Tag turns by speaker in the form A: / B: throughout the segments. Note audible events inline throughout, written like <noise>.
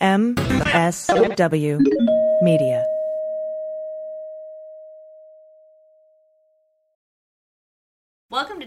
A: MSW Media.
B: Welcome to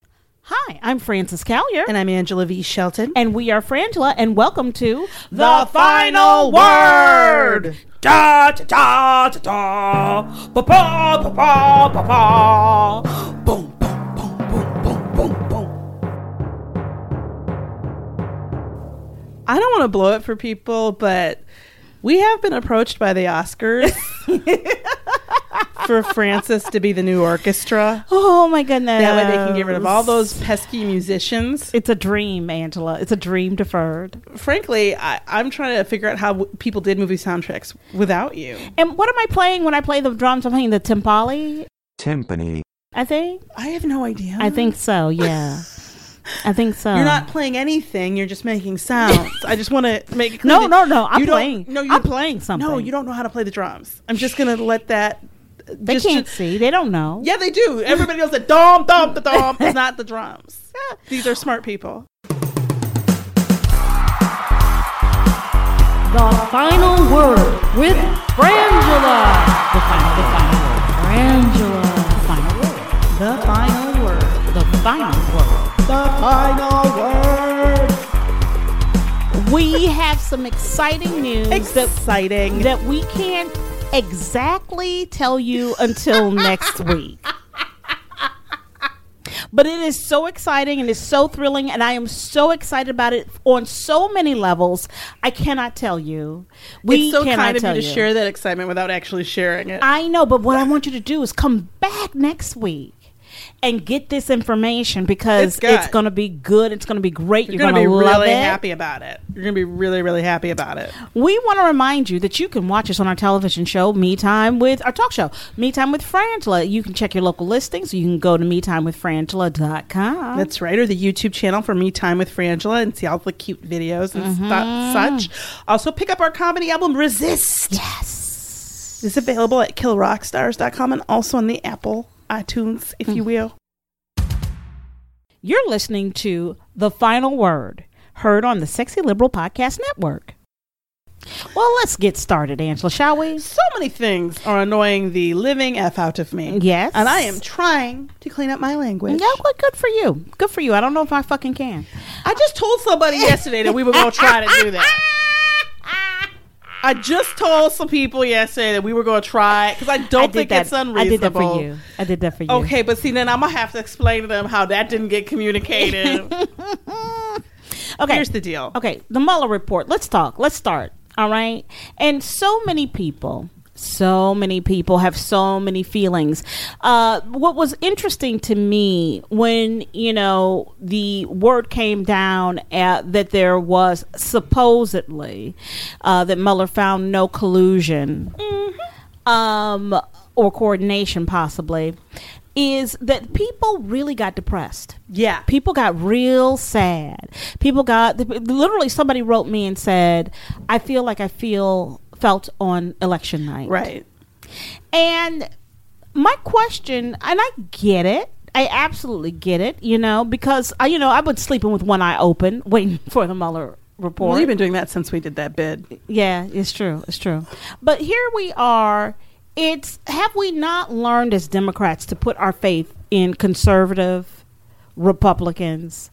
C: Hi, I'm Frances Callier.
A: And I'm Angela V. Shelton.
C: and we are Frangela, and welcome to
A: The Final Word.
C: Da da da da da, ba ba ba ba ba ba, boom boom boom boom boom boom boom.
A: I don't want to blow it for people, but we have been approached by the <laughs> Oscars for Francis to be the new orchestra.
C: Oh my goodness!
A: That way they can get rid of all those pesky musicians.
C: It's a dream, Angela. It's a dream deferred.
A: Frankly, I, I'm trying to figure out how w- people did movie soundtracks without you.
C: And what am I playing when I play the drums? I'm playing the timpani.
D: timpani,
C: I think.
A: I have no idea.
C: I think so. Yeah. I think so.
A: You're not playing anything. You're just making sounds. I just want to make it clear
C: <laughs> No,
A: that
C: no, no, I'm
A: you don't-
C: playing.
A: No, you
C: I'm
A: don't-
C: playing
A: No,
C: something.
A: you don't know how to play the drums. I'm just gonna let that.
C: They
A: just-
C: can't
A: just-
C: see. They don't know.
A: yeah, they do. Everybody knows that dom dom the dom is not the <laughs> drums. These are smart people.
C: The final word with Frangela. The final, the final word. Frangela. The final word. The final word. The final word.
A: The final word.
C: We have some exciting news that,
A: Exciting.
C: that we can't exactly tell you until next week. But it is so exciting and it's so thrilling, and I am so excited about it on so many levels. I cannot tell you. We
A: it's so
C: cannot
A: kind of you
C: tell
A: to share that excitement without actually sharing it.
C: I know, but what I want you to do is come back next week and get this information because
A: It's
C: it's,
A: got-
C: going to be good. It's going to be great. You're,
A: You're gonna,
C: going to
A: be
C: love
A: really
C: it.
A: happy about it. You're gonna be really, really happy about it.
C: We want to remind you that you can watch us on our television show, Me Time with our talk show, Me Time with Frangela. You can check your local listings. You can go to metimewithfrangela.com.
A: That's right, or the YouTube channel for Me Time with Frangela and see all the cute videos and stu- such. Also, pick up our comedy album Resist.
C: yes.
A: It's available at killrockstars.com and also on the Apple iTunes, if you will.
C: You're listening to The Final Word, heard on the Sexy Liberal Podcast Network. Well, let's get started, Angela, shall we?
A: So many things are annoying the living F out of me.
C: Yes.
A: And I am trying to clean up my language.
C: Yeah, well, good for you. Good for you. I don't know if I fucking can. <laughs>
A: I just told somebody yesterday that we were going to try to do that. I just told some people yesterday that we were going to try because I don't
C: I did
A: think
C: that.
A: it's
C: I
A: unreasonable.
C: did that for you. I did that for you.
A: Okay, but see, then I'm gonna have to explain to them how that didn't get communicated.
C: <laughs> Okay.
A: Here's the deal.
C: Okay, the Mueller report. Let's talk. Let's start. All right. And so many people, so many people have so many feelings. Uh, what was interesting to me when you know the word came down at, that there was supposedly uh, that Mueller found no collusion
A: Mm-hmm.
C: um, or coordination, possibly, is that people really got depressed.
A: Yeah.
C: People got real sad. People got literally somebody wrote me and said, "I feel like I feel felt on election night."
A: Right.
C: And my question, and I get it. I absolutely get it, you know, because I, you know, I've been sleeping with one eye open, waiting <laughs> for the Mueller report.
A: Well, you've been doing that since we did that bid.
C: Yeah, it's true. It's true. But here we are. It's have we not learned as Democrats to put our faith in conservative Republicans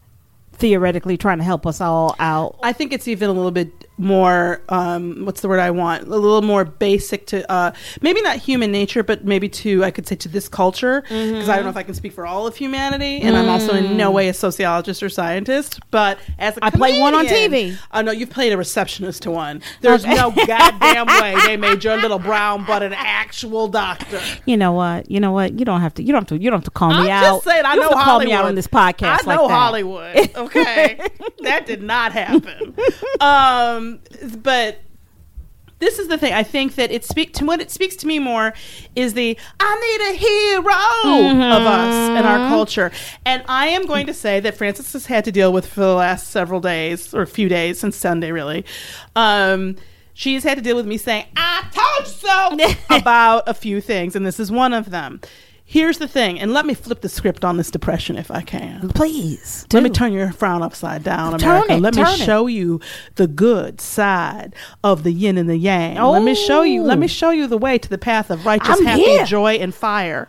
C: theoretically trying to help us all out?
A: I think it's even a little bit more. Um, what's the word I want? A little more basic to uh, maybe not human nature, but maybe to I could say to this culture because I
C: Mm-hmm.
A: don't know if I can speak for all of humanity, and I'm also in no way a sociologist or scientist. But as a
C: Mm. I played one on
A: comedian-
C: TV.
A: Oh no, you've played a receptionist to one. There's
C: <laughs>
A: no goddamn way they made your little brown butt an actual doctor.
C: You know what? You know what? You don't have to you don't have to you don't have to call
A: I'm
C: me out.
A: just saying, I
C: you
A: know
C: don't have to
A: Hollywood.
C: call me out on this podcast.
A: I
C: like
A: know
C: that.
A: Hollywood.
C: <laughs>
A: Okay, that did not happen. Um, but this is the thing. I think that it speak to what it speaks to me more is the I need a hero of us and our culture. And I am going to say that Francis has had to deal with for the last several days or a few days since Sunday, really. Um, she's had to deal with me saying "I told you so" about a few things, and this is one of them. Here's the thing, and let me flip the script on this depression if I can.
C: Please.
A: Let me turn your frown upside down,
C: Turn
A: America.
C: it,
A: Let me
C: turn it.
A: show you the good side of the yin and the yang. Let me show you. Let me show you the way to the path of righteous,
C: Oh. I'm
A: happy,
C: here.
A: joy, and fire.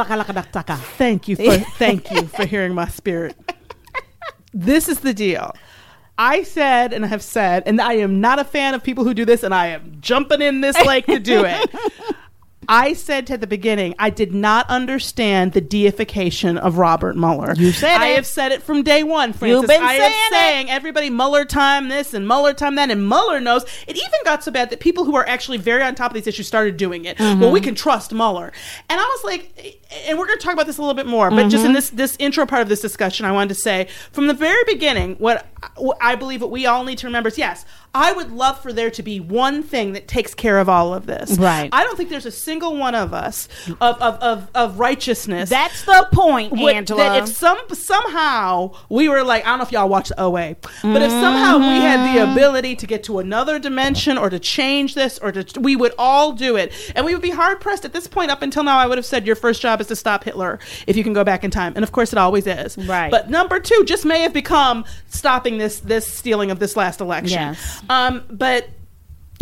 C: Hakamakadalakadakdaka.
A: Thank you for thank you for hearing my spirit. This is the deal. I said and I have said, and I am not a fan of people who do this, and I am jumping in this lake to do
C: <laughs>
A: it. I said at the beginning, I did not understand the deification of Robert Mueller. You
C: said
A: I
C: it.
A: have said it from day one, Francis.
C: You've been
A: I
C: saying
A: am
C: it.
A: saying everybody Mueller time this and Mueller time that, and Mueller knows. It even got so bad that people who are actually very on top of these issues started doing it. Well,
C: Mm-hmm.
A: we can trust Mueller, and I was like, and we're going to talk about this a little bit more, but just
C: Mm-hmm.
A: in this this intro part of this discussion, I wanted to say from the very beginning what I- what I believe what we all need to remember is yes, I would love for there to be one thing that takes care of all of this.
C: Right.
A: I don't think there's a single one of us of of of, of righteousness
C: That's the point,
A: would-
C: Angela.
A: That if some somehow we were like, I don't know if y'all watch the OA, but if somehow we had the ability to get to another dimension or to change this or to, we would all do it, and we would be hard pressed at this point. Up until now, I would have said your first job is to stop Hitler if you can go back in time, and of course, it always is.
C: Right.
A: But number two just may have become stopping this this stealing of this last election.
C: Yes.
A: Um, but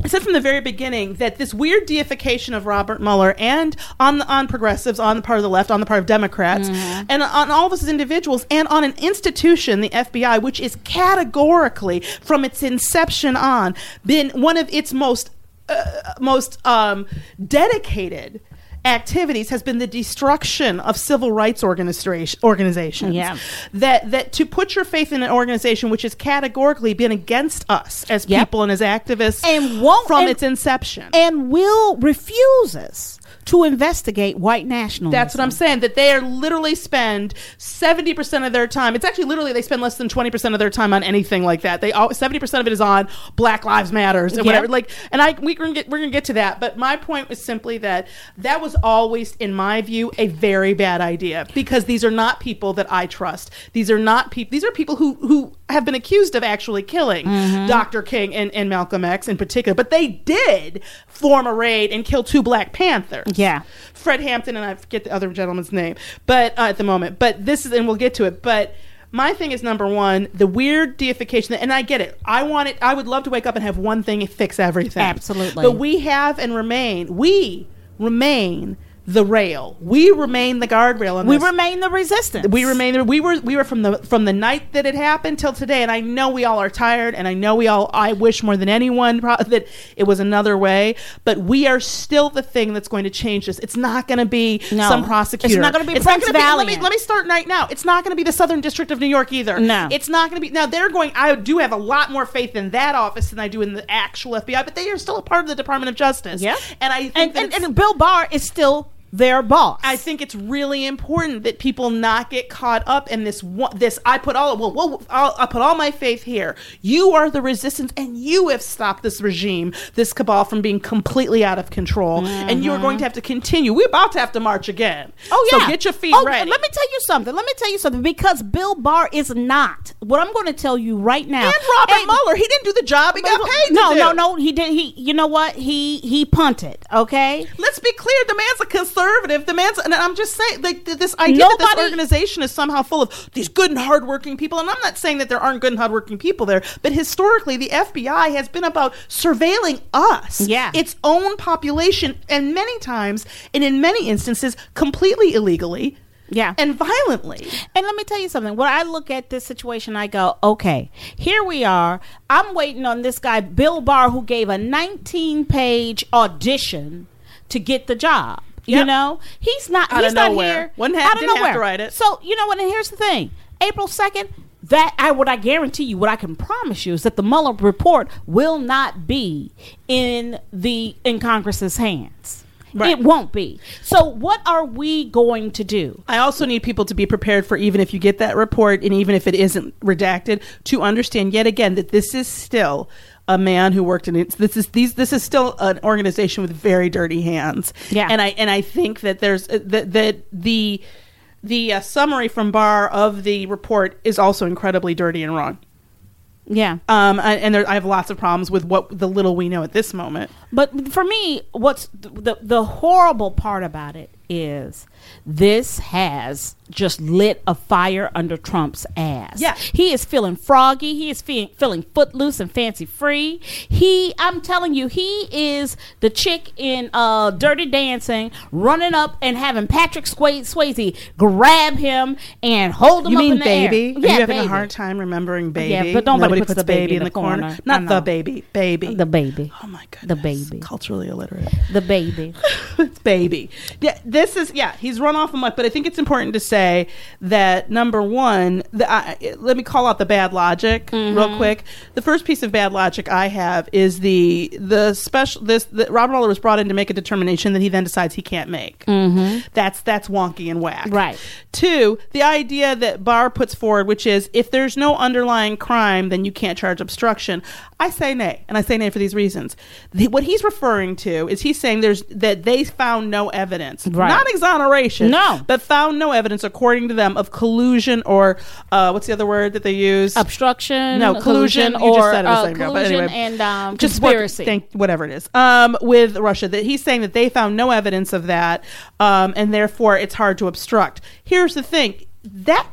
A: I said from the very beginning that this weird deification of Robert Mueller and on the, on progressives, on the part of the left, on the part of Democrats,
C: Mm-hmm.
A: and on all of us as individuals, and on an institution, the FBI, which is categorically from its inception on been one of its most uh, most um, dedicated activities has been the destruction of civil rights organization organizations
C: Yeah.
A: that that to put your faith in an organization which has categorically been against us as
C: Yep.
A: people and as activists
C: And won't-
A: from
C: and-
A: its inception.
C: And will refuses to investigate white nationalism.
A: that's what I'm saying. That they are literally spend 70% of their time. It's actually literally they spend less than 20% of their time on anything like that. They all, 70% of it is on Black Lives Matters and
C: Yeah.
A: whatever. Like, and I we, we're gonna get we're gonna get to that. But my point was simply that that was always, in my view, a very bad idea because these are not people that I trust. These are not people. These are people who who have been accused of actually killing Dr. King and, and Malcolm X in particular. But they did form a raid and kill two Black Panthers.
C: Yeah.
A: Fred Hampton and I forget the other gentleman's name, but uh, at the moment, but this is and we'll get to it. But my thing is number one, the weird deification, and I get it. I want it. I would love to wake up and have one thing and fix everything.
C: Absolutely.
A: but we have and remain. We remain the rail. We remain the guardrail. On
C: We
A: this.
C: remain the resistance.
A: We remain there. We were we were from the from the night that it happened till today, and I know we all are tired, and I know we all I wish more than anyone <laughs> pro- that it was another way, but we are still the thing that's going to change this. It's not going to be
C: No.
A: some prosecutor.
C: It's not gonna be Prince
A: gonna be- let
C: Valiant.
A: me let me start right now. It's not going to be the Southern District of New York either.
C: No.
A: it's not going to be. Now they're going. I do have a lot more faith in that office than I do in the actual FBI, but they are still a part of the Department of Justice.
C: Yeah.
A: and I think
C: and,
A: that
C: and,
A: it's-
C: and Bill Barr is still their boss.
A: I think it's really important that people not get caught up in this. One, this I put all well, well I'll, I put all my faith here. You are the resistance, and you have stopped this regime, this cabal from being completely out of control. And you are going to have to continue. We're about to have to march again.
C: Oh yeah.
A: so get your feet
C: oh,
A: ready.
C: Let me tell you something. Let me tell you something because Bill Barr is not what I'm going to tell you right now.
A: and Robert Mueller, he didn't do the job he got paid.
C: No,
A: to do.
C: no, no. He did. He. You know what? He he punted. Okay.
A: Let's be clear. The man's a conservative. The man's, and I'm just saying, like th- this idea that
C: Nobody-
A: this organization is somehow full of these good and hardworking people. And I'm not saying that there aren't good and hardworking people there, but historically, the FBI has been about surveilling us,
C: Yeah.
A: its own population, and many times, and in many instances, completely illegally,
C: Yeah.
A: and violently.
C: And let me tell you something. When I look at this situation, I go, okay, here we are. I'm waiting on this guy, Bill Barr, who gave a 19 page audition to get the job. You
A: Yep.
C: know, he's not.
A: Out of
C: he's not
A: nowhere.
C: here.
A: Wasn't ha-
C: out of
A: didn't have to
C: nowhere.
A: write it.
C: So you know what? And here's the thing: April second. That I what I guarantee you, what I can promise you is that the Mueller report will not be in the in Congress's hands.
A: Right.
C: It won't be. So what are we going to do?
A: I also need people to be prepared for even if you get that report and even if it isn't redacted to understand yet again that this is still a man who worked in it. This is these. This is still an organization with very dirty hands.
C: Yeah.
A: and I and I think that there's uh, that that the the uh, summary from Barr of the report is also incredibly dirty and wrong.
C: Yeah.
A: Um, and, and there, I have lots of problems with what the little we know at this moment.
C: But for me, what's th- the the horrible part about it is this has just lit a fire under Trump's ass.
A: Yeah.
C: he is feeling froggy. He is fe- feeling footloose and fancy free. He, I'm telling you, he is the chick in uh, Dirty Dancing running up and having Patrick Sway- Swayze grab him and hold him.
A: You
C: up
A: mean
C: in the
A: baby?
C: Air. Yeah,
A: Are you having
C: baby.
A: a hard time remembering baby?
C: Yeah, but nobody puts the baby in the corner. I
A: Not
C: know.
A: the baby, baby.
C: The baby.
A: Oh my
C: The
A: goodness.
C: baby.
A: Culturally illiterate.
C: The baby.
A: it's baby. Yeah, this is yeah. He's run off a much, but I think it's important to say that number one, the, I I- let me call out the bad logic
C: Mm-hmm.
A: real quick. The first piece of bad logic I have is the the special. This that Robert Mueller was brought in to make a determination that he then decides he can't make. Mm-hmm. That's that's wonky and whack.
C: Right.
A: Two, the idea that Barr puts forward, which is if there's no underlying crime, then you can't charge obstruction. I say nay, and I say nay for these reasons. The, what he's referring to is he's saying there's that they found no evidence,
C: Right.
A: not exoneration,
C: No.
A: but found no evidence according to them of collusion or uh, what's the other word that they use?
C: obstruction,
A: no collusion,
C: or
A: or
C: uh,
A: second ago,
C: collusion and um, conspiracy.
A: What, thank, whatever it is, um, with Russia. That he's saying that they found no evidence of that, um, and therefore it's hard to obstruct. Here's the thing that.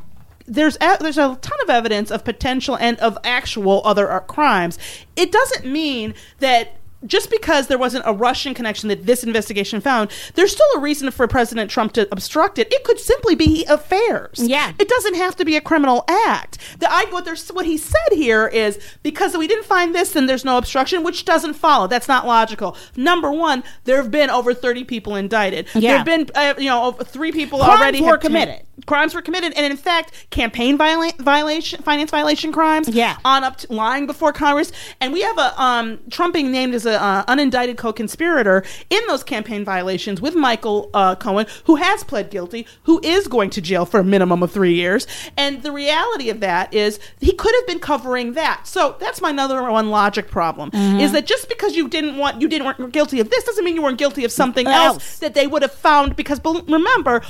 A: There's a, there's a ton of evidence of potential and of actual other uh, crimes. It doesn't mean that just because there wasn't a Russian connection that this investigation found, there's still a reason for President Trump to obstruct it. It could simply be affairs.
C: Yeah.
A: It doesn't have to be a criminal act. The I what there's what he said here is because we didn't find this, then there's no obstruction, which doesn't follow. That's not logical. Number one, there have been over 30 people indicted.
C: Yeah.
A: There have been uh, you know over three people
C: Crimes
A: already
C: were
A: have-
C: committed.
A: crimes were committed, and in fact, campaign viola- violation, finance violation crimes.
C: Yeah.
A: on up to lying before Congress, and we have a um, Trump being named as a uh, unindicted co-conspirator in those campaign violations with Michael uh, Cohen, who has pled guilty, who is going to jail for a minimum of three years. And the reality of that is he could have been covering that. So that's my number one logic problem: is that just because you didn't want you didn't weren't guilty of this doesn't mean you weren't guilty of something
C: Else.
A: else that they would have found because bel- remember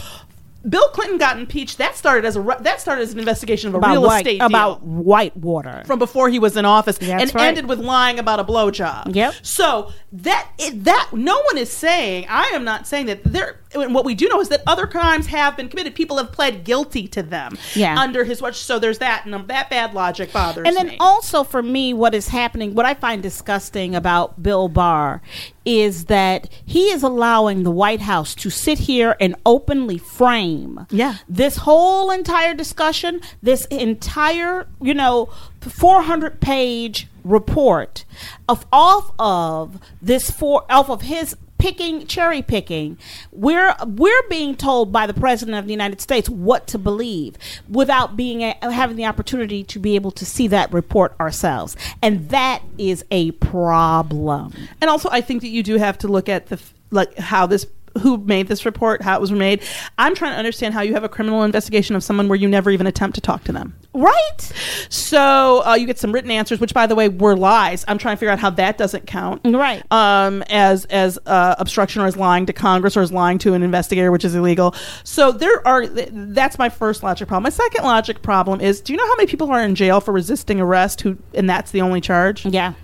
A: Bill Clinton got impeached. That started as a re- that started as an investigation of a
C: about
A: real
C: white,
A: estate deal
C: about white water.
A: from before he was in office and
C: right.
A: ended with lying about a blowjob.
C: Yep.
A: So that it, that no one is saying. I am not saying that there. and What we do know is that other crimes have been committed. People have pled guilty to them.
C: Yeah.
A: Under his watch. So there's that. And that bad logic bothers
C: and then
A: me.
C: also for me, what is happening, what I find disgusting about Bill Barr is that he is allowing the White House to sit here and openly frame
E: Yeah.
C: this whole entire discussion, this entire, you know, 400 page report of off of this four off of his picking cherry picking we're we're being told by the president of the United States what to believe without being a, having the opportunity to be able to see that report ourselves and that is a problem
A: And also, I think that you do have to look at the f- like how this who made this report, how it was made. I'm trying to understand how you have a criminal investigation of someone where you never even attempt to talk to them.
C: right
A: So uh, you get some written answers, which, by the way, were lies. I'm trying to figure out how that doesn't count,
C: Right.
A: Um, as as uh, obstruction or as lying to Congress or as lying to an investigator, which is illegal. So there are. th- That's my first logic problem. My second logic problem is: Do you know how many people are in jail for resisting arrest? Who and that's the only charge?
C: yeah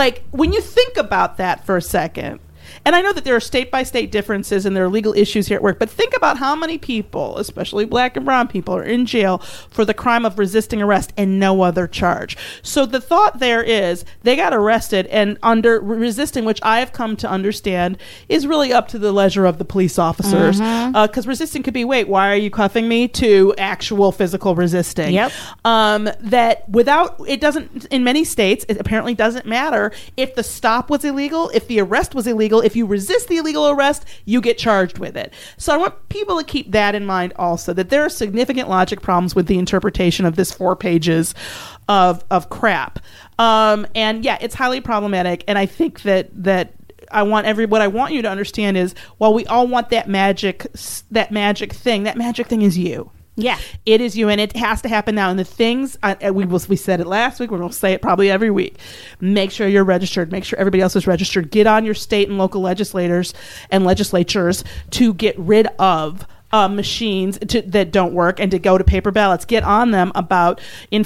A: Like when you think about that for a second, and I know that there are state by state differences and there are legal issues here at work, but think about how many people, especially black and brown people, are in jail for the crime of resisting arrest and no other charge. So the thought there is they got arrested and under resisting, which I have come to understand is really up to the leisure of the police officers. Because resisting could be wait, why are you cuffing me? to actual physical resisting
C: Yep.
A: um, that without it doesn't in many states it apparently doesn't matter if the stop was illegal if the arrest was illegal if you resist the illegal arrest you get charged with it so i want people to keep that in mind also that there are significant logic problems with the interpretation of this four pages of of crap um, and yeah it's highly problematic and i think that that I want every what I want you to understand is while we all want that magic s- that magic thing that magic thing is you
C: Yeah.
A: it is you, and it has to happen now. And the things I, I- we will, we said it last week. We're going to say it probably every week. Make sure you're registered. Make sure everybody else is registered. Get on your state and local legislators and legislatures to get rid of. Uh, machines to, that don't work and to go to paper ballots get on them about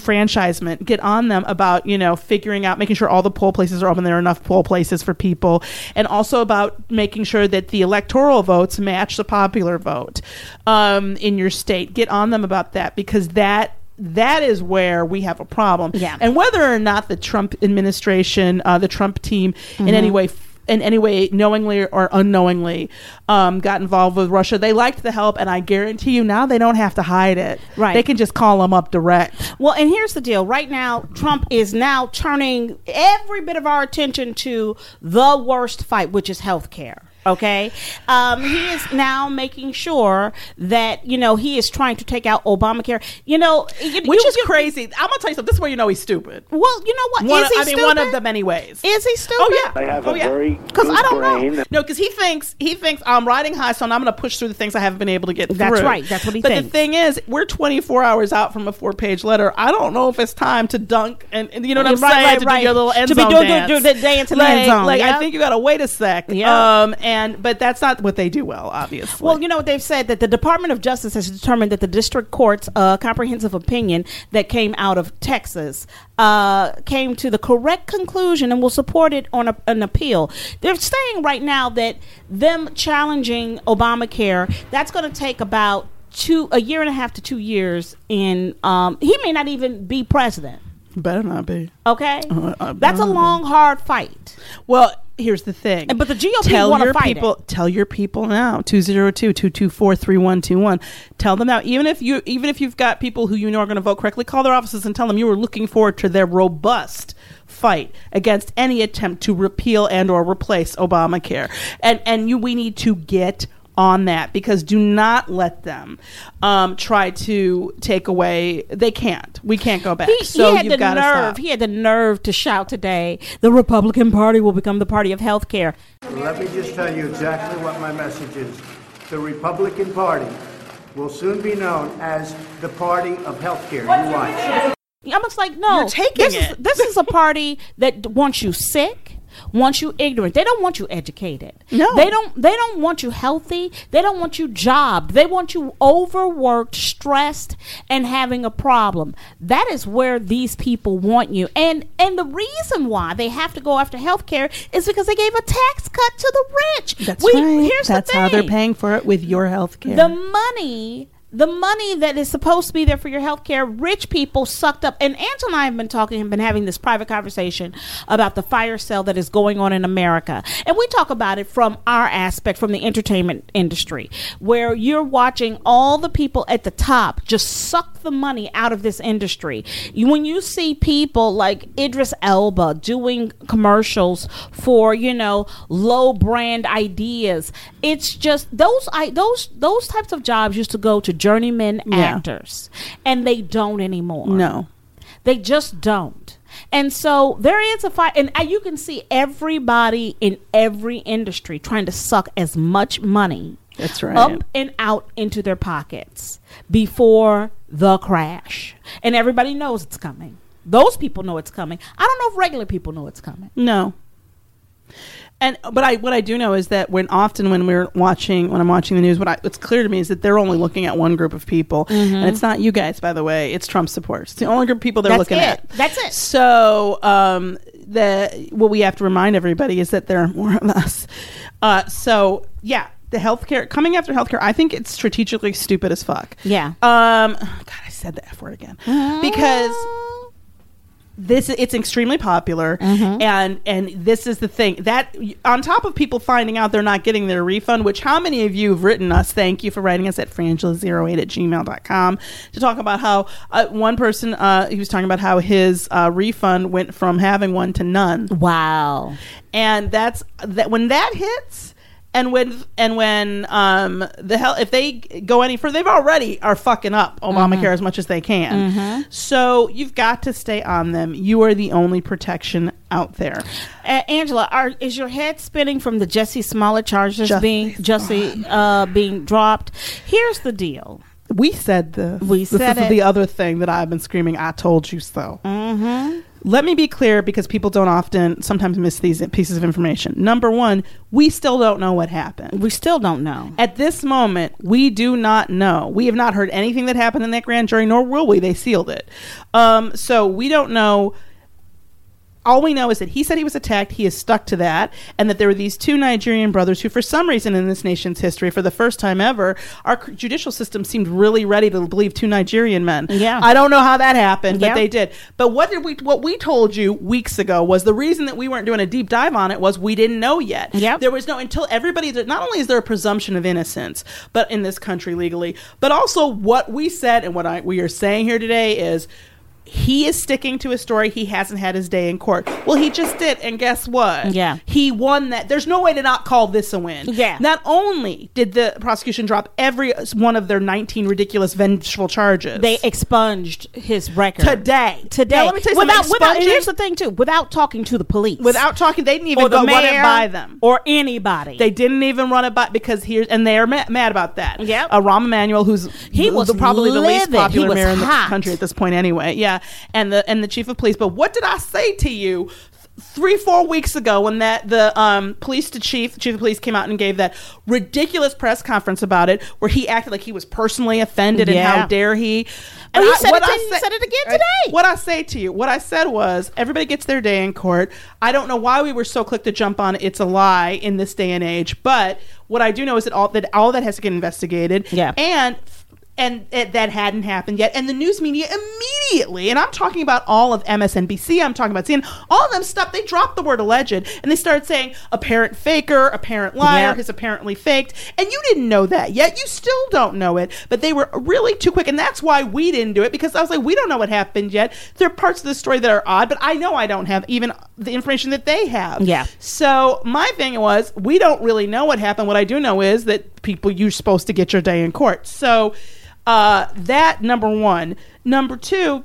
A: enfranchisement get on them about you know figuring out making sure all the poll places are open there are enough poll places for people and also about making sure that the electoral votes match the popular vote um, in your state get on them about that because that that is where we have a problem
C: Yeah.
A: and whether or not the trump administration uh, the trump team
C: Mm-hmm.
A: in any way in any way knowingly or unknowingly um, got involved with russia they liked the help and i guarantee you now they don't have to hide it
C: Right.
A: they can just call them up direct
C: Well, and here's the deal. Right now, Trump is now turning every bit of our attention to the worst fight, which is health care. Okay. Um, he is now making sure that, you know, he is trying to take out Obamacare. You know, you-
A: which
C: you-
A: is
C: you-
A: crazy i'm gonna tell you something this is where you know he's stupid
C: Well, you know what?
A: One-
C: Is he
A: I mean, one of
C: stupid?
A: the many ways.
C: Is he stupid?
A: Oh yeah.
D: I have
A: oh,
D: a
A: yeah.
D: very
A: because
D: good
A: I don't know.
D: brain.
A: No, because he thinks he thinks I'm riding high, so now I'm going to push through the things I haven't been able to get
C: That's
A: through.
C: right. That's what he
A: but
C: thinks.
A: the thing is, we're 24 hours out from a four page letter. I don't know if it's time to dunk and, and you know what I'm
C: Right,
A: saying
C: right,
A: to
C: right.
A: do your little end
C: To be
A: zone
C: doing-
A: dance.
C: doing- doing the dance in the
A: like,
C: end zone,
A: Like
C: yeah.
A: I think you got to wait a sec.
C: Yeah.
A: Um. And but that's not what they do well, obviously.
C: Well, you know, they've said that the Department of Justice has determined that the district court's uh, comprehensive opinion that came out of Texas uh, came to the correct conclusion and will support it on a, an appeal. They're saying right now that them challenging Obamacare, that's going to take about two, a year and a half to two years in, um, he may not even be president.
A: better not be.
C: Okay,
A: uh,
C: that's a long, hard fight.
A: Well, here's the thing.
C: And- but the GOP
A: tell
C: wanna
A: your
C: fight
A: people, Tell your people now, 202-224-3121. Tell them now, even if you even if you've got people who you know are going to vote correctly, call their offices and tell them you were looking forward to their robust fight against any attempt to repeal and or replace Obamacare. And and you we need to get on that because do not let them um, try to take away they can't we can't go back
C: He,
A: so
C: he had
A: you've
C: the
A: got to
C: nerve.
A: stop
C: He had the nerve to shout today, "The Republican Party will become the party of health care."
F: Let me just tell you exactly what my message is. The Republican Party will soon be known as the party of healthcare. You watch.
C: I'm just like, no,
A: You're taking
C: this is
A: it.
C: this is a party that d- wants you sick, wants you ignorant. They don't want you educated.
A: No.
C: they don't. They don't want you healthy. They don't want you jobbed. They want you overworked, stressed, and having a problem. That is where these people want you. And and the reason why they have to go after health care is because they gave a tax cut to the rich.
A: That's
C: We-
A: right.
C: Here's
A: That's
C: the thing.
A: how they're paying for it with your health care.
C: The money the money that is supposed to be there for your health care, rich people sucked up. And Angela and I have been talking and been having this private conversation about the fire sale that is going on in America. And we talk about it from our aspect, from the entertainment industry, where you're watching all the people at the top just suck the money out of this industry. You, when you see people like Idris Elba doing commercials for, you know, low brand ideas, it's just those I those those types of jobs used to go to journeyman actors and they don't anymore.
A: No.
C: They just don't. And so there is a fight, and uh, you can see everybody in every industry trying to suck as much money
A: That's right.
C: up and out into their pockets before the crash. And everybody knows it's coming. Those people know it's coming. I don't know if regular people know it's coming.
A: No. And but I what I do know is that when often when we're watching when I'm watching the news, what I, what's clear to me is that they're only looking at one group of people,
C: Mm-hmm.
A: and it's not you guys, by the way. It's Trump supporters. It's the only group of people they're
C: That's
A: looking
C: it.
A: at.
C: That's it.
A: So um, the what we have to remind everybody is that there are more of us. Uh, so yeah, the healthcare coming after healthcare, I think it's strategically stupid as fuck.
C: Yeah. Ah.
A: Um, God, I said the f word again because this it's extremely popular and and this is the thing that on top of people finding out they're not getting their refund which how many of you have written us thank you for writing us at frangela08 at gmail.com to talk about how uh, one person uh, he was talking about how his uh, refund went from having one to none
C: Wow.
A: and that's that when that hits and when and when um the hell if they go any further they've already are fucking up obamacare
C: Mm-hmm.
A: as much as they can so you've got to stay on them you are the only protection out there
C: Uh, Angela, are, is your head spinning from the Jesse Smollett charges
A: Justice
C: being Jesse uh, being dropped? Here's the deal.
A: we said this
C: We said
A: this is
C: it.
A: the other thing that i've been screaming i told you so mm-hmm. let me be clear because people don't often sometimes miss these pieces of information number one we still don't know what happened
C: We still don't know.
A: At this moment, we do not know. We have not heard anything that happened in that grand jury, nor will we. They sealed it. Um, so we don't know. All we know is that he said he was attacked. He is stuck to that. And that there were these two Nigerian brothers who, for some reason in this nation's history, for the first time ever, our c- judicial system seemed really ready to believe two Nigerian men.
C: Yeah.
A: I don't know how that happened, but
C: Yeah.
A: they did. But what did we, what we told you weeks ago was the reason that we weren't doing a deep dive on it was we didn't know yet.
C: Yep.
A: There was no until everybody. there- Not only is there a presumption of innocence, but in this country legally, but also what we said and what I, we are saying here today is. He is sticking to his story. He hasn't had his day in court. Well, he just did, and guess what?
C: Yeah.
A: he won that. There's no way to not call this a win.
C: Yeah.
A: Not only did the prosecution drop every one of their 19 ridiculous vengeful charges,
C: They expunged his record
A: today,
C: Today,
A: Now, let me tell you
C: without,
A: something.
C: without- and
A: Expunging-
C: here's the thing too. Without talking to the police,
A: without talking, they didn't even
C: or the
A: go run
C: mayor
A: it by them.
C: or anybody.
A: They didn't even run it by because here's and they are mad, mad about that.
C: Yep.
A: uh, Rahm Emanuel, who's
C: He
A: the-
C: was
A: the- probably the least
C: livid. He
A: popular
C: was
A: mayor in the
C: hot.
A: country at this point, anyway. Yeah, and the and the chief of police. But what did I say to you? th- Three four weeks ago, when that the um, police to chief chief of police came out and gave that ridiculous press conference about it, where he acted like he was personally offended
C: Yeah.
A: and how dare he?
C: But
A: And
C: he said it then, he said it again
A: I-
C: today.
A: What I say to you, what I said was, everybody gets their day in court. I don't know why we were so quick to jump on it's a lie in this day and age, but what I do know is that all that all that has to get investigated.
C: Yeah.
A: and. And it, that hadn't happened yet. And the news media immediately, and I'm talking about all of MSNBC, I'm talking about CNN, all of them stuff, they dropped the word alleged and they started saying apparent faker, apparent liar,
C: Yeah.
A: his apparently faked. And you didn't know that yet. You still don't know it. But they were really too quick. And that's why we didn't do it because I was like, we don't know what happened yet. There are parts of the story that are odd, but I know I don't have even the information that they have.
C: Yeah.
A: So my thing was, we don't really know what happened. What I do know is that people, you're supposed to get your day in court. So uh, that, number one. Number two,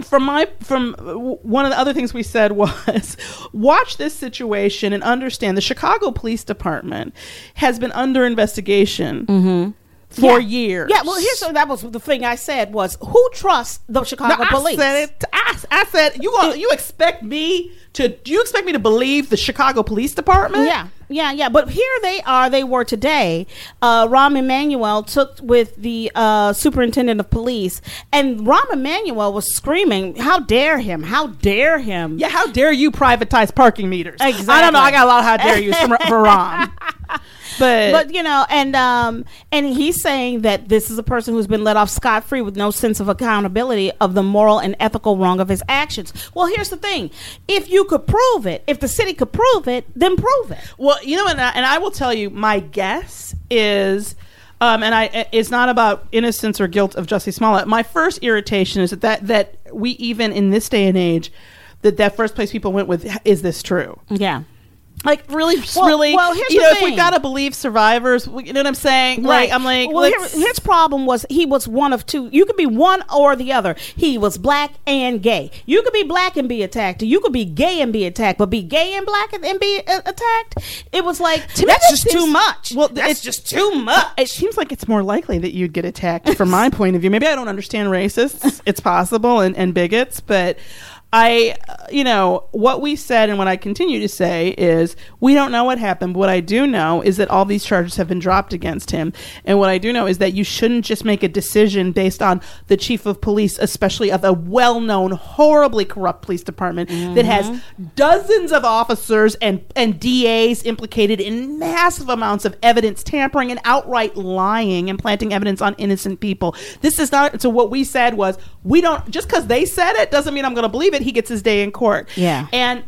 A: from my from w- one of the other things we said <laughs> was watch this situation and understand the Chicago Police Department has been under investigation for years.
C: Mm-hmm. yeah. Well, here's so that was the thing I said was who trusts the
A: No,
C: Chicago
A: I
C: police?
A: said it. I, I said you gonna- you expect me to do you expect me to believe the Chicago Police Department?
C: Yeah, yeah, yeah. But here they are. They were today. Uh, Rahm Emanuel took with the uh, superintendent of police, and Rahm Emanuel was screaming, "How dare him! How dare him!"
A: Yeah, how dare you privatize parking meters? I don't know.
C: Exactly.
A: <laughs> I got a lot of how dare yous from, for Rom.
G: But-
C: but you know, and um, and he's saying that this is a person who's been let off scot free with no sense of accountability of the moral and ethical wrong of his actions. Well, here's the thing: if you could prove it, if the city could prove it, then prove it.
A: Well, you know, and I, and I will tell you, my guess is, um, and I it's not about innocence or guilt of Jussie Smollett. My first irritation is that, that that we even in this day and age, that that first place people went with is this true?
C: Yeah.
A: Like really, just
C: Well-
A: really.
C: well, here's
A: you
C: the
A: know, if
C: thing.
A: we gotta believe survivors, we, you know what I'm saying? Like I'm like,
C: well, here,
A: let's-
C: his problem was he was one of two. You could be one or the other. He was black and gay. You could be black and be attacked. You could be gay and be attacked. But be gay and black and, and be uh, attacked. It was like
A: me,
C: that's
A: that
C: just
A: seems-
C: too much.
A: well,
C: that's
A: it's-
C: just too much.
A: it seems like it's more likely that you'd get attacked from my point of view. Maybe I don't understand racists. It's possible and, and bigots, but I, uh, you know, what we said and what I continue to say is we don't know what happened. But what I do know is that all these charges have been dropped against him. And what I do know is that you shouldn't just make a decision based on the chief of police, especially of a well known, horribly corrupt police department that has dozens of officers and, and DAs implicated in massive amounts of evidence tampering and outright lying and planting evidence on innocent people. This is not so what we said was we don't just because they said it doesn't mean I'm gonna believe it. He gets his day in court.
C: Yeah.
A: And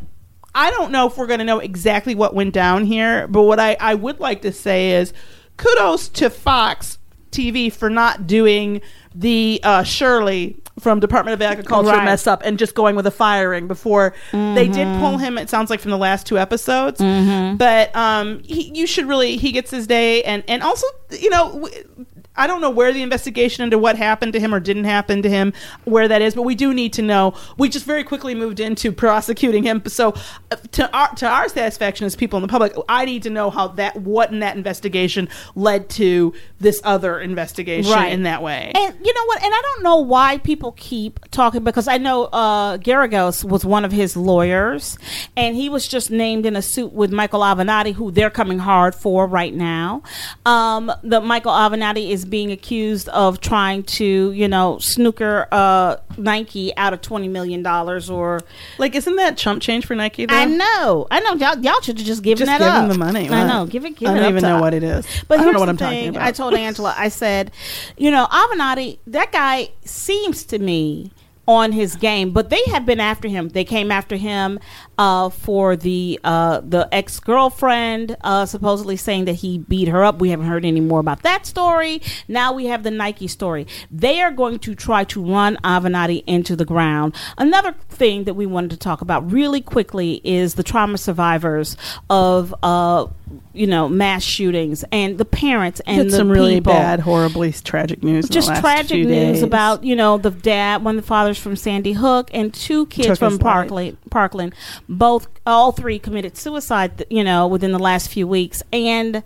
A: I don't know if we're going to know exactly what went down here, but what I, I would like to say is kudos to Fox TV for not doing the uh, Shirley from Department of Agriculture
C: Right.
A: mess up and just going with a firing before they did
C: Mm-hmm.
A: pull him. It sounds like from the last two episodes, but um, he, you should really he gets his day and and also you know. W- I don't know where the investigation into what happened to him or didn't happen to him, where that is, but we do need to know. We just very quickly moved into prosecuting him, so uh, to our to our satisfaction as people in the public, I need to know how that what in that investigation led to this other investigation
C: Right.
A: in that way.
C: And you know what? And I don't know why people keep talking because I know uh, Garagos was one of his lawyers, and he was just named in a suit with Michael Avenatti, who they're coming hard for right now. Um, the Michael Avenatti is being accused of trying to, you know, snooker uh, Nike out of twenty million dollars. Or
A: like, isn't that chump change for Nike? Though?
C: I know, I know, y'all, y'all should have just given
A: Just
C: that
A: give
C: up.
A: them the money.
C: I
A: Wow.
C: know, give it, give
A: I
C: it
A: don't
C: up
A: even
C: to
A: know
C: us.
A: what it is.
C: But
A: I don't
C: here's
A: know what
C: the
A: I'm
C: thing.
A: talking about.
C: I told Angela, I said, you know, Avenatti, that guy seems to me on his game, but they have been after him. They came after him uh, for the uh, the ex girlfriend uh, supposedly saying that he beat her up. We haven't heard any more about that story. Now we have the Nike story. They are going to try to run Avenatti into the ground. Another thing that we wanted to talk about really quickly is the trauma survivors of. Uh, you know, mass shootings and the parents and
A: It's
C: the
A: some really
C: people.
A: bad, horribly tragic news. in the
C: Just
A: last
C: tragic
A: few
C: news
A: days.
C: about you know the dad, one of the fathers from Sandy Hook, and two kids
A: Took
C: from
A: his life.
C: Parkland. Parkland, both all three committed suicide. th- You know, within the last few weeks, and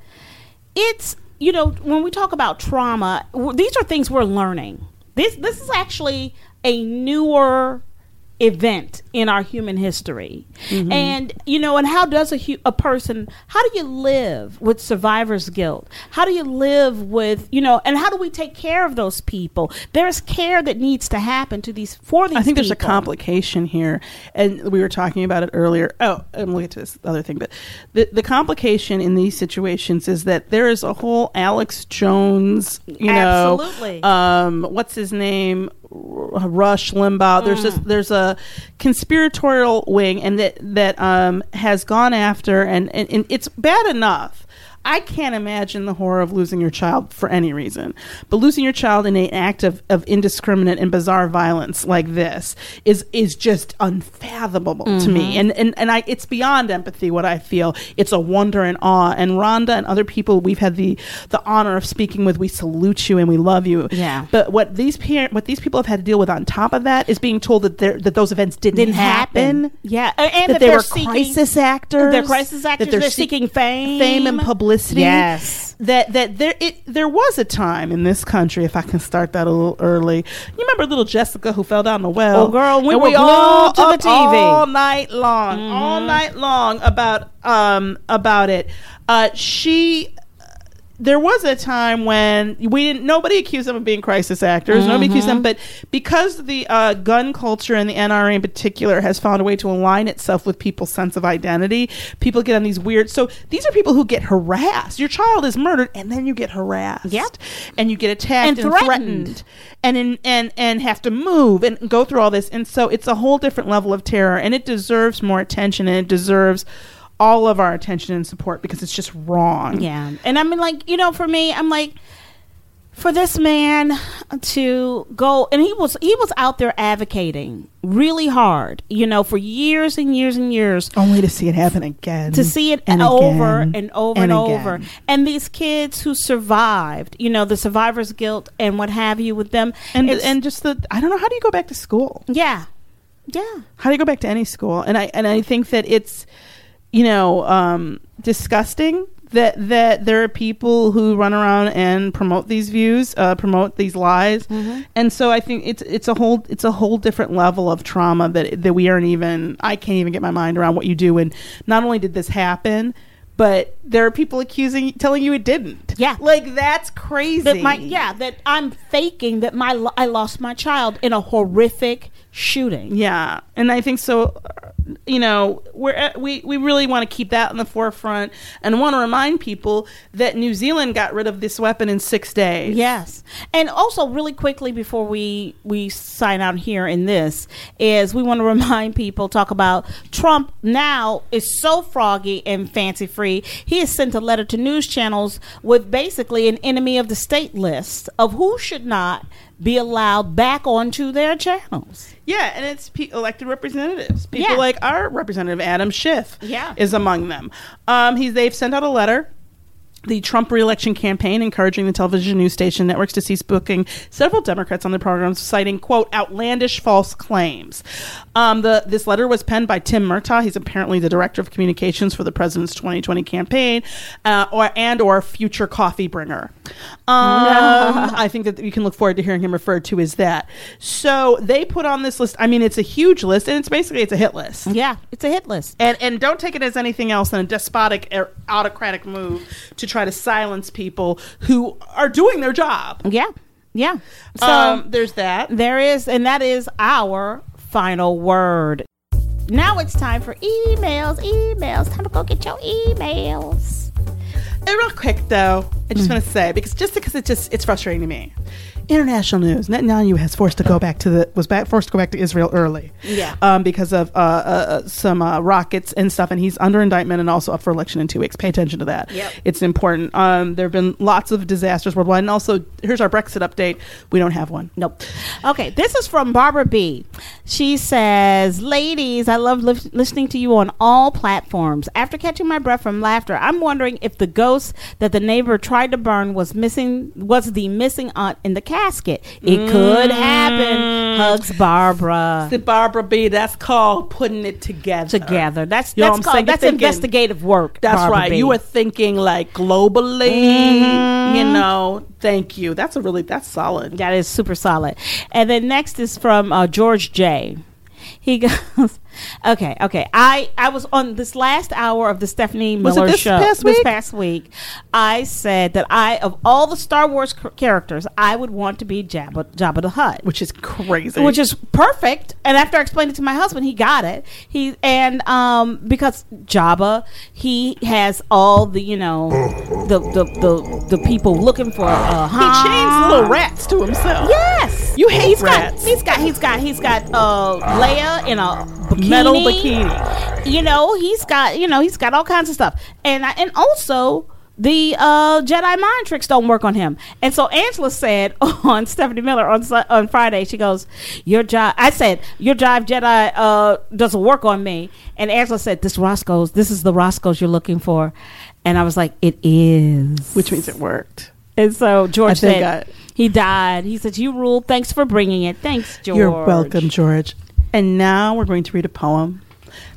C: it's you know when we talk about trauma, w- these are things we're learning. This this is actually a newer event in our human history.
A: Mm-hmm.
C: And you know, and how does a hu- a person how do you live with survivor's guilt? How do you live with, you know, and how do we take care of those people? There's care that needs to happen to these for these
A: I think there's a
C: people.
A: complication here, and we were talking about it earlier. Oh, and we'll get to this other thing, but the the complication in these situations is that there is a whole Alex Jones, you know,
C: Absolutely.
A: um, what's his name, R- Rush Limbaugh. There's this, there's a conspiratorial wing, and that that um, has gone after, and, and and it's bad enough. I can't imagine the horror of losing your child for any reason. But losing your child in an act of, of indiscriminate and bizarre violence like this is is just unfathomable to me. And and, and I it's beyond empathy what I feel. It's a wonder and awe. And Rhonda and other people we've had the the honor of speaking with, we salute you and we love you.
C: Yeah.
A: But what these parent what these people have had to deal with on top of that is being told that they're- that those events didn't,
C: didn't
A: happen.
C: happen. Yeah, a- and that
A: that, they
C: they're
A: were
C: seeking-
A: crisis actors.
C: They're crisis actors.
A: That
C: they're,
A: seek-
C: seeking fame,
A: fame and publicity.
C: Yes.
A: That that there it there was a time in this country, if I can start that a little early. You remember little Jessica who fell down the well?
C: Oh, girl, we
A: And
C: were
A: all
C: glued to the
A: up
C: TV.
A: all night long, all night long about um about it. Uh, she there was a time when we didn't nobody accused them of being crisis actors nobody accused them but because the uh, gun culture and the nra in particular has found a way to align itself with people's sense of identity people get on these weird so these are people who get harassed your child is murdered and then you get harassed
C: Yep.
A: and you get attacked and,
C: And
A: threatened.
C: threatened.
A: and in, and and have to move and go through all this and so it's a whole different level of terror and it deserves more attention and it deserves all of our attention and support because it's just wrong
C: Yeah. And I mean, like, you know, for me, I'm like, for this man to go and he was he was out there advocating really hard, you know, for years and years and years
A: only to see it happen again.
C: to see it
A: Mm-hmm. and
C: over
A: again,
C: and over and, over. And these kids who survived, you know, the survivor's guilt and what have you with them.
A: And
C: it's-
A: and just the I don't know how do you go back to school?
C: yeah. Yeah.
A: How do you go back to any school? And I and I think that it's you know um, disgusting that that there are people who run around and promote these views, uh, promote these lies,
C: Mm-hmm.
A: and so I think it's it's a whole it's a whole different level of trauma that that we aren't even I can't even get my mind around what you do. And not only did this happen. But there are people accusing, telling you it didn't.
C: Yeah.
A: like that's crazy.
C: that my yeah that I'm faking that my lo- I lost my child in a horrific shooting.
A: Yeah, and I think so. uh, You know, we're at, we we really want to keep that in the forefront, and want to remind people that New Zealand got rid of this weapon in six days.
C: Yes, and also really quickly before we we sign out here in this is we want to <laughs> remind people talk about Trump now is so froggy and fancy free. He has sent a letter to news channels with basically an enemy of the state list of who should not be allowed back onto their channels.
A: Yeah, and it's pe- elected representatives. People
C: Yeah.
A: like our representative Adam Schiff
C: Yeah.
A: is among them. Um, he's they've sent out a letter. The Trump reelection campaign encouraging the television news station networks to cease booking several Democrats on the program, citing "quote outlandish false claims." Um, the this letter was penned by Tim Murtaugh. He's apparently the director of communications for the president's 2020 campaign, uh, or and or future coffee bringer. Um, I think that you can look forward to hearing him referred to as that. So they put on this list. I mean, it's a huge list, and it's basically it's a hit list.
C: Yeah, it's a hit list.
A: And and don't take it as anything else than a despotic, er, autocratic move to try to silence people who are doing their job.
C: Yeah, yeah. So
A: um, there's that.
C: There is, and that is our final word. Now it's time for emails, emails. Time to go get your emails.
A: And real quick though, I just want to say because just because it just it's frustrating to me. International news: Netanyahu has forced to go back to the was back, forced to go back to Israel early, yeah, um, because of uh, uh, uh, some uh, rockets and stuff, and he's under indictment and also up for election in two weeks. Pay attention to that;
B: Yep.
A: it's important. Um, there have been lots of disasters worldwide, and also here's our Brexit update: we don't have one.
C: Nope. Okay, this is from Barbara B. She says, Ladies, I love lis- listening to you on all platforms. After catching my breath from laughter, I'm wondering if the ghost that the neighbor tried to burn was missing was the missing aunt in the casket. It could
A: Mm.
C: happen. Hugs Barbara.
A: The Barbara B. That's called putting it together.
C: Together. That's
A: You know
C: that's
A: what I'm
C: called,
A: saying? You're
C: that's
A: thinking-
C: investigative work.
A: That's
C: Barbara
A: right.
C: B.
A: You were thinking like globally, you know. Thank you. That's a really that's solid.
C: Mm-hmm. That is super solid. And then next is from uh, George J. He <laughs> goes, okay, okay. I I was on this last hour of the Stephanie
A: Was it
C: Miller
A: this
C: show.
A: past
C: This
A: week?
C: past week, I said that I of all the Star Wars c- characters, I would want to be Jabba, Jabba the Hutt,
A: which is crazy.
C: which is perfect. And after I explained it to my husband, he got it. He and um because Jabba, he has all the you know the the the, the people looking for uh,
A: he
C: Han.
A: chains little rats to himself.
C: Yes.
A: You hate
C: he's
A: rats.
C: Got, he's got he's got he's got uh Leia in a bikini.
A: Metal bikini.
C: You know, he's got you know, he's got all kinds of stuff. And I, and also the uh, Jedi mind tricks don't work on him, and so Angela said <laughs> on Stephanie Miller on Su- on Friday. She goes, "Your job." I said, "Your job, Jedi, uh, doesn't work on me." And Angela said, "This Roscoe's. This is the Roscoe's you're looking for." And I was like, "It is."
A: Which means it worked.
C: And so George
A: think
C: said
A: I-
C: he died. He said, "You rule. Thanks for bringing it. Thanks, George.
A: You're welcome, George. And now we're going to read a poem.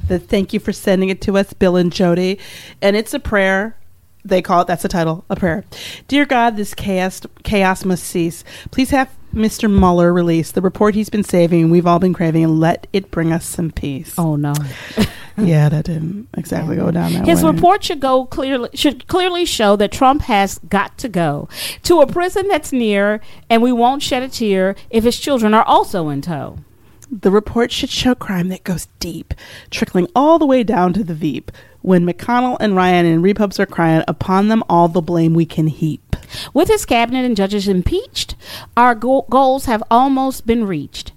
A: The thank you for sending it to us, Bill and Jody. And it's a prayer. They call it that's the title, a prayer. Dear God, this chaos chaos must cease. Please have Mr. Mueller released the report he's been saving and we've all been craving and let it bring us some peace.
C: Oh no. <laughs>
A: Yeah, that didn't exactly go down that
C: His
A: way.
C: report should go clearly should clearly show that Trump has got to go to a prison that's near, and we won't shed a tear if his children are also in tow.
A: The report should show crime that goes deep, trickling all the way down to the Veep. When McConnell and Ryan and Repubs are crying, upon them all the blame we can heap.
C: With his cabinet and judges impeached, our go- goals have almost been reached.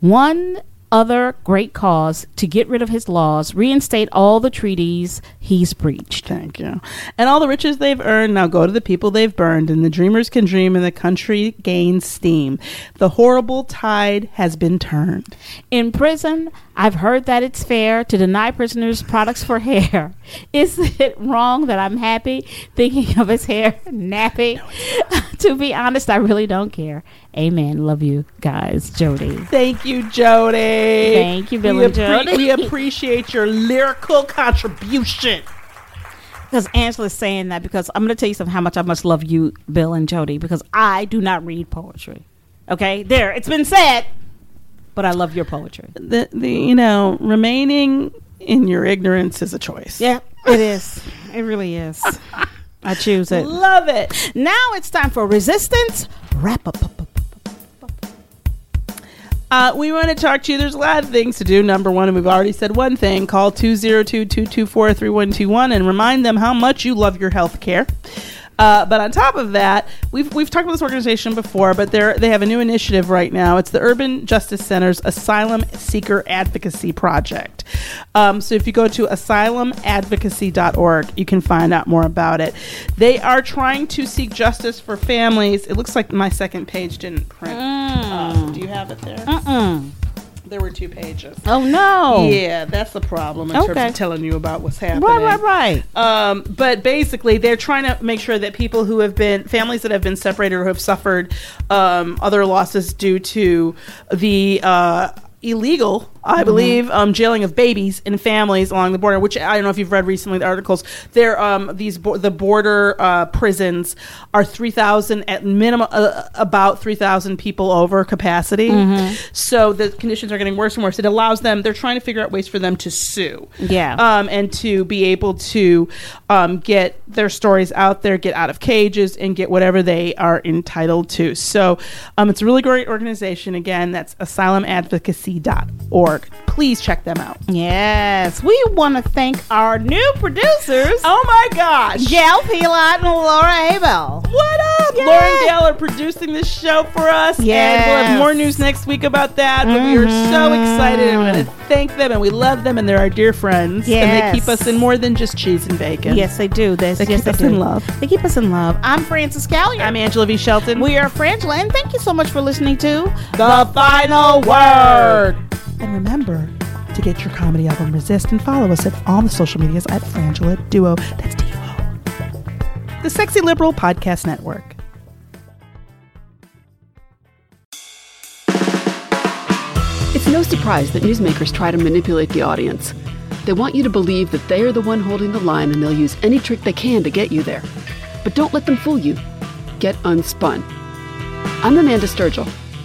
C: One other great cause to get rid of his laws, reinstate all the treaties he's breached.
A: Thank you. And all the riches they've earned now go to the people they've burned, and the dreamers can dream, and the country gains steam. The horrible tide has been turned.
C: In prison, I've heard that it's fair to deny prisoners products for hair. <laughs> Is it wrong that I'm happy thinking of his hair <laughs> nappy? <laughs> to be honest, I really don't care. Amen. Love you guys, Jody.
A: Thank you, Jody. Thank
C: you, Bill and Jody.
A: We appreciate your lyrical contribution.
C: Because Angela's saying that because I'm going to tell you something how much I must love you, Bill and Jody, because I do not read poetry. Okay, there, it's been said, but I love your poetry.
A: The, the you know remaining in your ignorance is a choice.
C: Yeah, it is. It really is. I choose it.
A: Love it.
C: Now it's time for resistance wrap up.
A: Uh, we want to talk to you. There's a lot of things to do. Number one, and we've already said one thing call 202 224 3121 and remind them how much you love your health care. Uh, but on top of that, we've, we've talked about this organization before, but they're, they have a new initiative right now. It's the Urban Justice Center's Asylum Seeker Advocacy Project. Um, so if you go to asylumadvocacy.org, you can find out more about it. They are trying to seek justice for families. It looks like my second page didn't print. Uh, do you have it there? There were two pages.
C: Oh no!
A: Yeah, that's the problem in
C: Okay.
A: terms of telling you about what's happening.
C: Right, right, right.
A: Um, but basically, they're trying to make sure that people who have been families that have been separated or who have suffered um, other losses due to the uh, illegal, I believe, um, jailing of babies and families along the border. Which I don't know if you've read recently the articles. There, um, these bo- the border uh, prisons are three thousand at minimum, uh, about three thousand people over capacity. So the conditions are getting worse and worse. It allows them. They're trying to figure out ways for them to sue
C: Yeah.
A: um, and to be able to um, get their stories out there, get out of cages, and get whatever they are entitled to. So um, it's a really great organization. Again, that's asylumadvocacy.org. Please check them out.
C: Yes, we want to thank our new producers.
A: Oh my gosh.
C: Gail Pilot and Laura Abel.
A: What up?
C: Yes.
A: Lauren Gale are producing this show for us. And we'll have
C: Yes. Mm-hmm.
A: more news next week about that. But we are so excited. And we want to thank them. And we love them. And they're our dear friends. And they keep
C: Yes.
A: us in more than just cheese and bacon.
C: Yes, they do. They,
A: They
C: yes,
A: keep us
C: do.
A: in love.
C: They keep us in love. I'm Frances Callier.
A: I'm Angela V. Shelton.
C: we are Frangela, and thank you so much for listening to
A: the final word. And remember to get your comedy album Resist and follow us at all the social medias at Frangela Duo. That's D U O. The Sexy Liberal Podcast Network.
D: It's no surprise that newsmakers try to manipulate the audience. They want you to believe that they are the one holding the line and they'll use any trick they can to get you there. But don't let them fool you. Get unspun. I'm Amanda Sturgill.